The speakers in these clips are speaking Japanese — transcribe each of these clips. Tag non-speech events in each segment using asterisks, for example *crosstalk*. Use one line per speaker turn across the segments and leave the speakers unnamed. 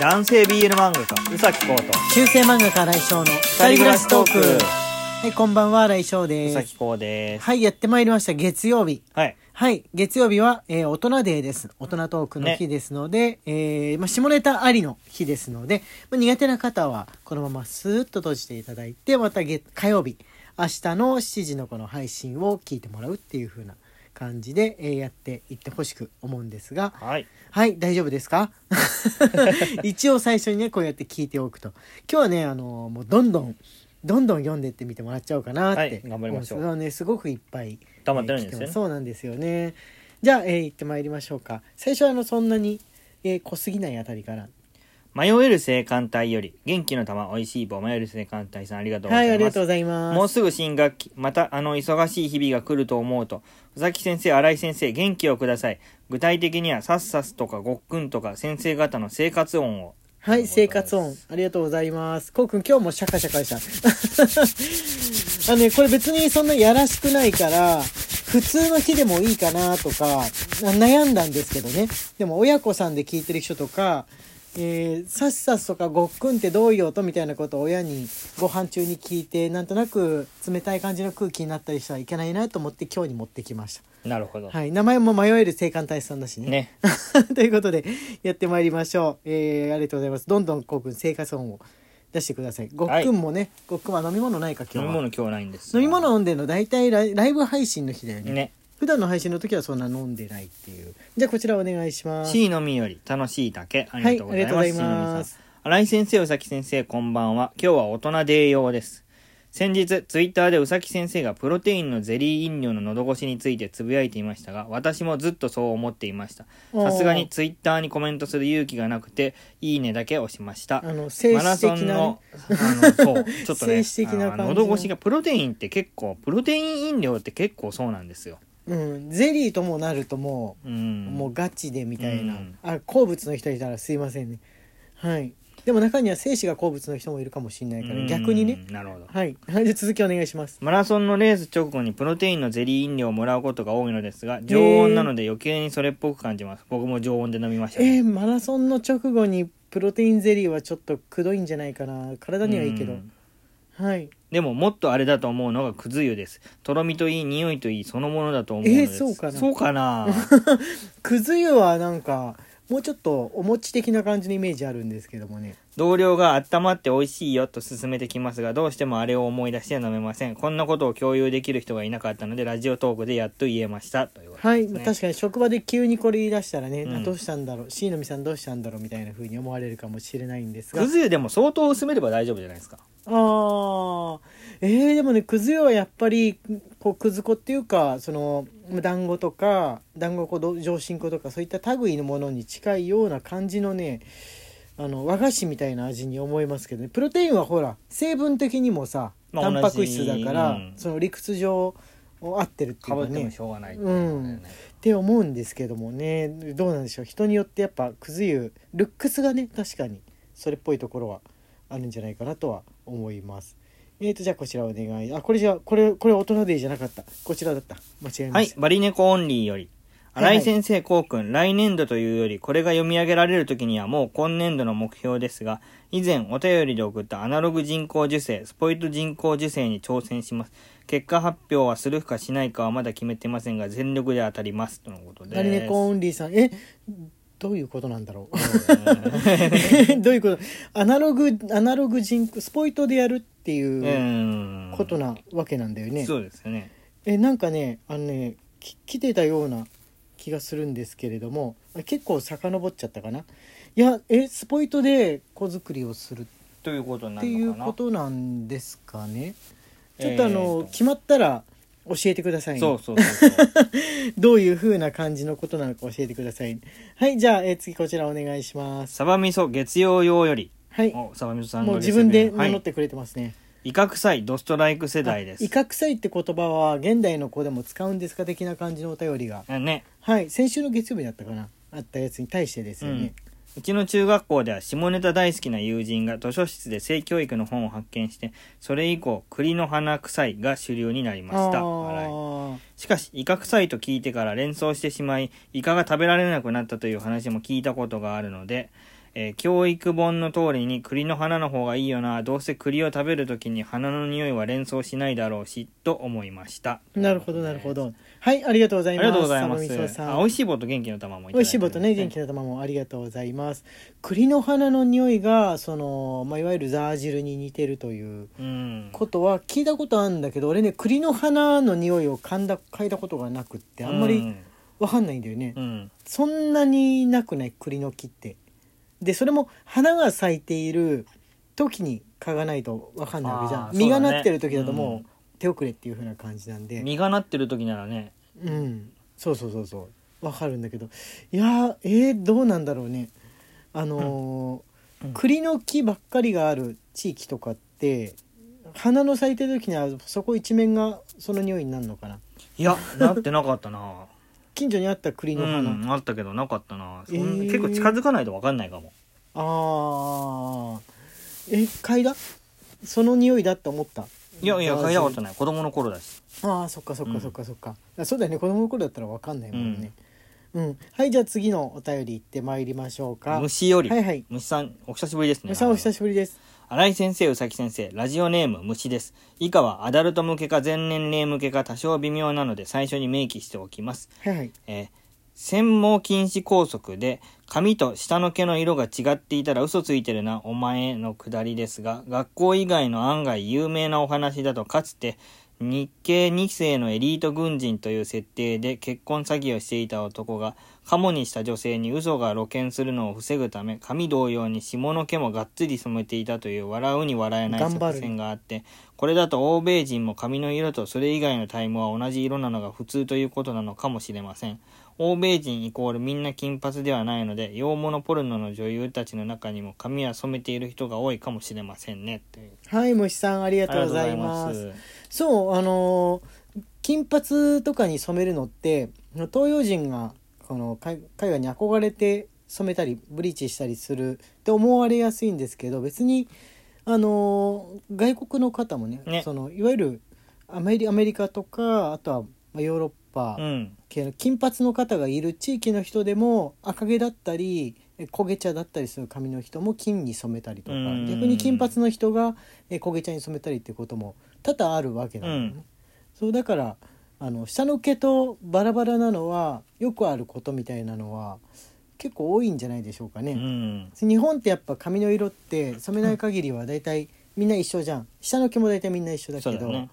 男性 BL 漫画家宇崎浩と
中世漫画家来翔の二人暮らしトーク。はい、こんばんは、来翔
宇
で
崎
す。
浩です
はい、やってまいりました、月曜日。
はい
はい、月曜日は、えー大人デーです。大人トークの日ですので、えーまあ、下ネタありの日ですので、まあ、苦手な方は、このままスーッと閉じていただいて、また月火曜日、明日の7時のこの配信を聞いてもらうっていう風な感じで、えーやっていってほしく思うんですが、
はい
はい、大丈夫ですか *laughs* 一応最初にね、こうやって聞いておくと。今日はね、あのもうどんどん、どんどん読んでってみてもらっちゃおうかなって。
はい頑張りましょう
もね、すごくいっぱい。
頑張ってるんですよね
えー来まそうなんですよね。じゃあ、えー行ってまいりましょうか。最初はあの、そんなに、えー濃すぎないあたりから。
迷える生還隊より元気の玉おいしい棒迷える生還隊さんありがとうござ
はいい、
ます、
ありがとうございます。
もうすぐ新学期またあの忙しい日々が来ると思うと宇崎先生新井先生元気をください具体的にはさっさすとかごっくんとか先生方の生活音を
はい、生活音。ありがとうございます。こうくん、今日もシャカシャカでした。 *laughs* あのね、これ別にそんなやらしくないから、普通の日でもいいかなとか、な悩んだんですけどね。でも、親子さんで聞いてる人とか、えー、さっさっとかごっくんってどういう音みたいなことを親にご飯中に聞いて、なんとなく冷たい感じの空気になったりしたらいけないなと思って今日に持ってきまし
なるほど、
た。はい、名前も迷える生還大使さんだしね。
ね
*laughs* ということでやってまいりましょう、えー、ありがとうございますどんどんこうくん生活音を出してくださいごっくんもね、ごっくんは飲み物ないか
飲
今
み
日は
物今日ないんです
飲み物飲んでるの大体ライライブ配信の日だよね
ね
普段の配信の時はそんな飲んでないっていうじゃあこちらお願いします
C のみより楽しいだけありがとうございます,、
はいありがとうございます
新井先生宇崎先生こんばんは今日は大人デー用です先日ツイッターで宇崎先生がプロテインのゼリー飲料の喉越しについてつぶやいていましたが私もずっとそう思っていましたさすがにツイッターにコメントする勇気がなくていいねだけ押しました
あの精
マラ
子
ソ
的
ン
な、
の、
ね
あの
*laughs*
そうちょっとね
静止的な感じの
あの喉越しがプロテインって結構プロテイン飲料って結構そうなんですよ、
うん、ゼリーともなるとも
う
う、
ん、
もうガチでみたいな、
うん
あ好物の人いたらすいませんねはいでも中には精子が好物の人もいるかもしれないから逆にね
うんなるほど
はい、はい、じゃあ続きお願いします
マラソンのレース直後にプロテインのゼリー飲料をもらうことが多いのですが常温なので余計にそれっぽく感じます僕も常温で飲みましたね、
えーマラソンの直後にプロテインゼリーはちょっとくどいんじゃないかな体にはいいけど、
うん
はい
でももっとあれだと思うのがくず湯ですとろみといい匂いといいそのものだと思うのです
えーそうかな
そうかな *laughs*
くず湯はなんかもうちょっとお餅的な感じのイメージあるんですけどもね
同僚が温まって美味しいよと勧めてきますがどうしてもあれを思い出して飲めませんこんなことを共有できる人がいなかったのでラジオトークでやっと言えましたということ
はい、
ですね
確かに職場で急にこれ言い出したらね、
うん
あどうしたんだろう椎の実さんどうしたんだろうみたいな風に思われるかもしれないんですが
くず湯でも相当薄めれば大丈夫じゃないですか
ああえー、でもねくず湯はやっぱりこうくず粉っていうかその団子とか団子粉ど上新粉とかそういった類のものに近いような感じのねあの和菓子みたいな味に思いますけどねプロテインはほら成分的にもさ
まあ
タンパク質だから、
同じうん
その理屈上合ってるってい
か
う
ぶっ
か
ても
ね
しょうがないっていことだよ
うん、って思うんですけどもねどうなんでしょう人によってやっぱくず湯ルックスがね確かにそれっぽいところはあるんじゃないかなとは思いますえーとじゃあこちらお願いあこれじゃあこれこれ大人でいいじゃなかったこちらだった間違え
は
ま
い
し、た
バリネコオンリーより。
はいは
新
い
井先生、こうくん、来年度というより、これが読み上げられる時にはもう今年度の目標ですが、以前お便りで送ったアナログ人工授精、スポイト人工授精に挑戦します。結果発表はするかしないかはまだ決めてませんが、全力で当たります。とのことです。
ダリネコオンリーさんえどういうことなんだろう *laughs* どういうことアナログアナログ人工スポイトでやるって
う
いう
ーん。
*laughs* ことなわけなんだよね、
そうですよね。
えなんかねあのねき来てたような気がするんですけれどもあ結構遡っちゃったかないやえスポイトで子作りをするっ
ということにな
て
る
いう
のかな。
ことなんですかねちょっ
えー
とあの、決まったら教えてくださいね
そうそうそうそう。
どういう風な感じのことなのか教えてくださいはいじゃあ、え次こちらお願いします
サバ味噌月曜用より。
はい
お、サバ味噌さんの
もう自分で
レシピは
名乗っ
い。
てくれてますね、
威嚇祭ドストライク世代です
あイ。カ臭いって言葉は現代の子でも使うんですか的な感じのお便りが
あね。
はい先週の月曜日だったかなあったやつに対してですよね、
うちの中学校では下ネタ大好きな友人が図書室で性教育の本を発見してそれ以降栗の花臭いが主流になりました
あー
笑いしかしイカ臭いと聞いてから連想してしまいイカが食べられなくなったという話も聞いたことがあるので、えー教育本の通りに栗の花の方がいいよなどうせ栗を食べる時に花の匂いは連想しないだろうしと思いました
なるほどなるほ
あ
どはいありがとうござ
り
います
がとうございま
佐野みそ
す
さん
あ美味しい棒と元気の玉もいただいて
美味しい棒とね元
気
気の玉もありがとうございます栗の花の匂いがその、まあ、いわゆるザー汁に似てるという
うん
ことは聞いたことあるんだけど俺ね栗の花の匂いを噛んだ嗅いだことがなくってあんま
う
りわかんないんだよね、
うん
そんなになくない栗の木ってでそれも花が咲いている時に嗅がないとわかんないわけじゃん、
あー
実が
そうだね
なってる時だと
う
も
ん
う手遅れっていう風な感じなんで
実がなってる時ならね
うん、そうそうそうそうわかるんだけどいやーえーどうなんだろうねあのー
うんうん
栗の木ばっかりがある地域とかって花の咲いてる時にはそこ一面がその匂いになるのかない
やなってなかった
*laughs*
な
近所にあった栗の花、
うん、あったけどなかったな、そん
えー
結構近づかないと分かんないかも
ああえ嗅いだその匂いだって思った
いやいや嗅いだこと
ない
ない子供の頃だし
ああそっかそっ
う
か
ん
そっかそっか、あそうだよね子供の頃だったらわかんないもんねうん、はいじゃあ次のお便り行ってまいりましょうか
虫より、
はいはい
虫さんお久しぶりですね
さあお久しぶりです
新井先生うさぎ先生ラジオネーム虫です以下はアダルト向けか全年齢向けか多少微妙なので最初に明記しておきます
はいはい
えー繊毛禁止拘束で髪と下の毛の色が違っていたら嘘ついてるなお前のくだりですが学校以外の案外有名なお話だとかつて日系2世のエリート軍人という設定で結婚詐欺をしていた男がカモにした女性に嘘が露見するのを防ぐため髪同様に下の毛もがっつり染めていたという笑うに笑えない
頑張る
作戦があってこれだと欧米人も髪の色とそれ以外のタイムは同じ色なのが普通ということなのかもしれません欧米人イコールみんな金髪ではないので洋物ポルノの女優たちの中にも髪は染めている人が多いかもしれませんねという
はい虫さんあり
あ
がとうございます
りがとうございま
そうあのー金髪とかに染めるのって東洋人がこの海海外に憧れて染めたりブリーチしたりするって思われやすいんですけど別にあのー外国の方もね
ね
そのいわゆるアメリアメリカとかあとはまあヨーロッパ
うん
系の金髪の方がいる地域の人でも赤毛だったりえ焦げ茶だったりする髪の人も金に染めたりとか
うん
逆に金髪の人がえ焦げ茶に染めたりっていうことも多々あるわけなんだよね。
うん
そうだからあの下の毛とバラバラなのはよくあることみたいなのは結構多いんじゃないでしょうかね。
うん
日本ってやっぱ髪の色って染めない限りは大体みんな一緒じゃん下の毛も大体みんな一緒だ
そ
け
うだ
ど
ね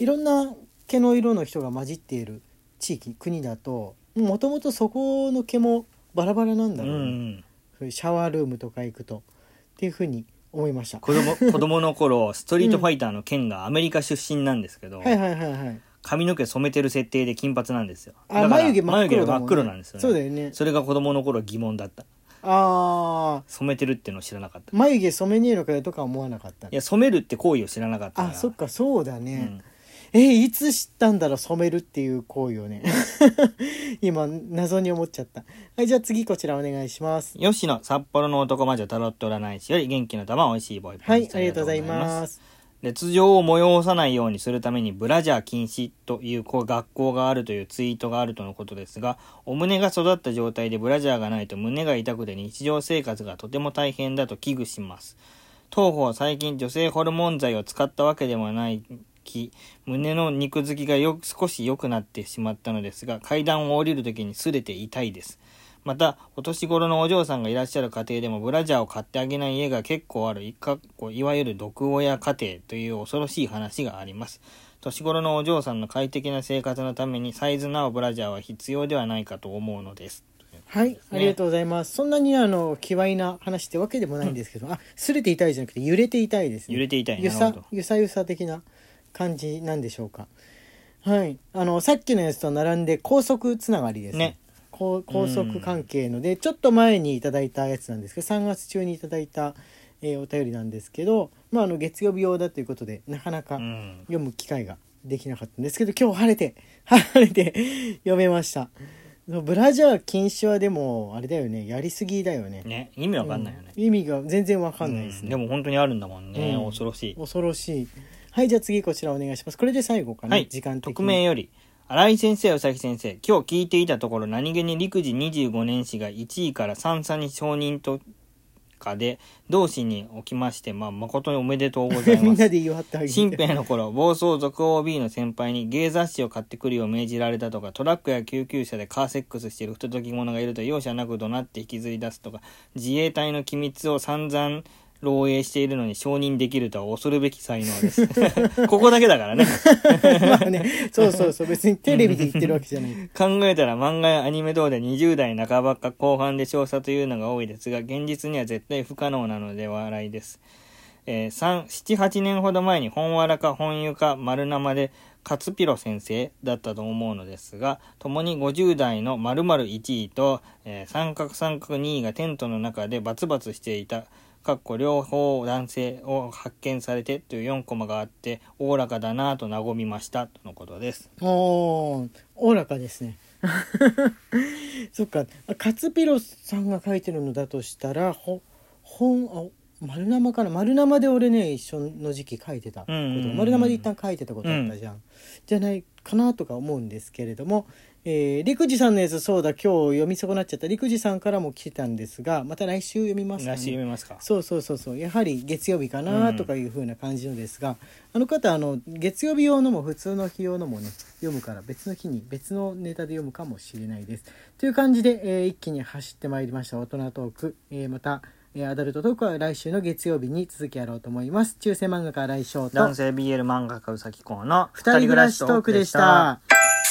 いろんな毛の色の人が混じっている地域国だともともとそこの毛もバラバラなん
う
だろうね、
ん
そういうシャワールームとか行くとっていうふうに思いました
子供子供の頃ストリートファイターの剣がアメリカ出身なんですけど、
はいはいはいはい
髪の毛染めてる設定で金髪なんですよ
あ
だから
眉毛真
眉
っ黒
毛
だもんね
真っ黒なんですよね
そうだよね
それが子供の頃疑問だった
あー
染めてるってのを知らなかったい
眉毛染めねえのかよとか思わなかった
や染めるって行為を知らなかったから
あそっかそうだ
う
ね
ん、、
えいつ知ったんだろう染めるっていう行為をね *laughs* 今謎に思っちゃったはいじゃあ次こちらお願いします
吉野札幌の男魔女タロット占い師より元気の玉美味しいボイ
はいありがとうございます
列状を催さないようにするためにブラジャー禁止というこう学校があるというツイートがあるとのことですがお胸が育った状態でブラジャーがないと胸が痛くて日常生活がとても大変だと危惧します当方最近女性ホルモン剤を使ったわけでもないき胸の肉付きがよ少し良くなってしまったのですが階段を降りる時に擦れて痛いですまたお年頃のお嬢さんがいらっしゃる家庭でもブラジャーを買ってあげない家が結構あるいかっこいわゆる毒親家庭という恐ろしい話があります年頃のお嬢さんの快適な生活のためにサイズなおブラジャーは必要ではないかと思うのです
はいありがとうございます、そんなにあの卑猥な話ってわけでもないんですけど、あ擦れて痛いじゃなくて揺れて痛いですね
揺れていたい
ゆ
なるほ
さ
ど
ゆさゆさ的な感じなんでしょうかはいあのさっきのやつと並んで高速つながりですね
ね
こう高速関係ので、ちょっと前にいただいたやつなんですけど3月中にいただいた、えーお便りなんですけど、まあ、あの月曜日用だということでなかなか
うん
読む機会ができなかったんですけど今日晴れて *laughs* 晴れて読めましたブラジャー禁止はでもあれだよねやりすぎだよね
ね意味わかんないよね、
うん意味が全然わかんないで
う
す
ん
ね、
でも本当にあるんだもんね、
うん
恐ろしい
恐ろしいはいじゃあ次こちらお願いしますこれで最後かな、
はい
時間的に
匿名より新井先生うさぎ先生今日聞いていたところ何気に陸自25年史が1位から3差に承認と下で同市におきまして、まあ、誠におめでとうござ
*laughs*
い
み
ま
んな
す。
で言い張ってあげ
新
て。
兵の頃、暴走族 OB の先輩に芸雑誌を買ってくるよう命じられたとか、トラックや救急車でカーセックスしている不届き者がいると容赦なく怒鳴って引きずり出すとか、自衛隊の機密を散々漏洩しているのに承認できるとは恐るべき才能です。 *laughs* ここだけだからね。
*laughs* まあね、そうそうそう、別にテレビで言ってるわけじゃない。
考えたら漫画やアニメ等で20代半ばか後半で調査というのが多いですが現実には絶対不可能なので笑いです、えー、78年ほど前に本わらか本湯か丸生で勝ピロ先生だったと思うのですが共に50代の〇〇1位と、えー三角三角2位がテントの中でバツバツしていたかっこ両方男性を発見されてという4コマがあっておおらかだなぁと和みましたとのことです
おー、おおらかですね。 *laughs* そっか、あ勝ピロさんが書いてるのだとしたら、ほ、本、あ、丸生かな丸生で俺ね、一緒の時期書いてたこと。
うんうんうん
丸生で一旦書いてたことあったじゃん。じゃないかなとか思うんですけれども、えー、陸二さんのやつ、そうだ、今日読み損なっちゃった。陸二さんからも来てたんですが、また来週読みますか、
来週読みますか
そうそうそうそうやはり月曜日かなとかいうふうな感じのですが、あの方あの月曜日用のも普通の日用のもね読むから別の日に別のネタで読むかもしれないです。という感じで、えー一気に走ってまいりました大人トーク、えーまた、えーアダルトトークは来週の月曜日に続きやろうと思います。中世漫画家来翔と
男性 BL 漫画家うさきこうの
二人暮らしトークでした。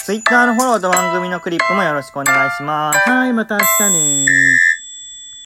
Twitter のフォローと番組のクリップもよろしくお願いします。
はいまた明日ね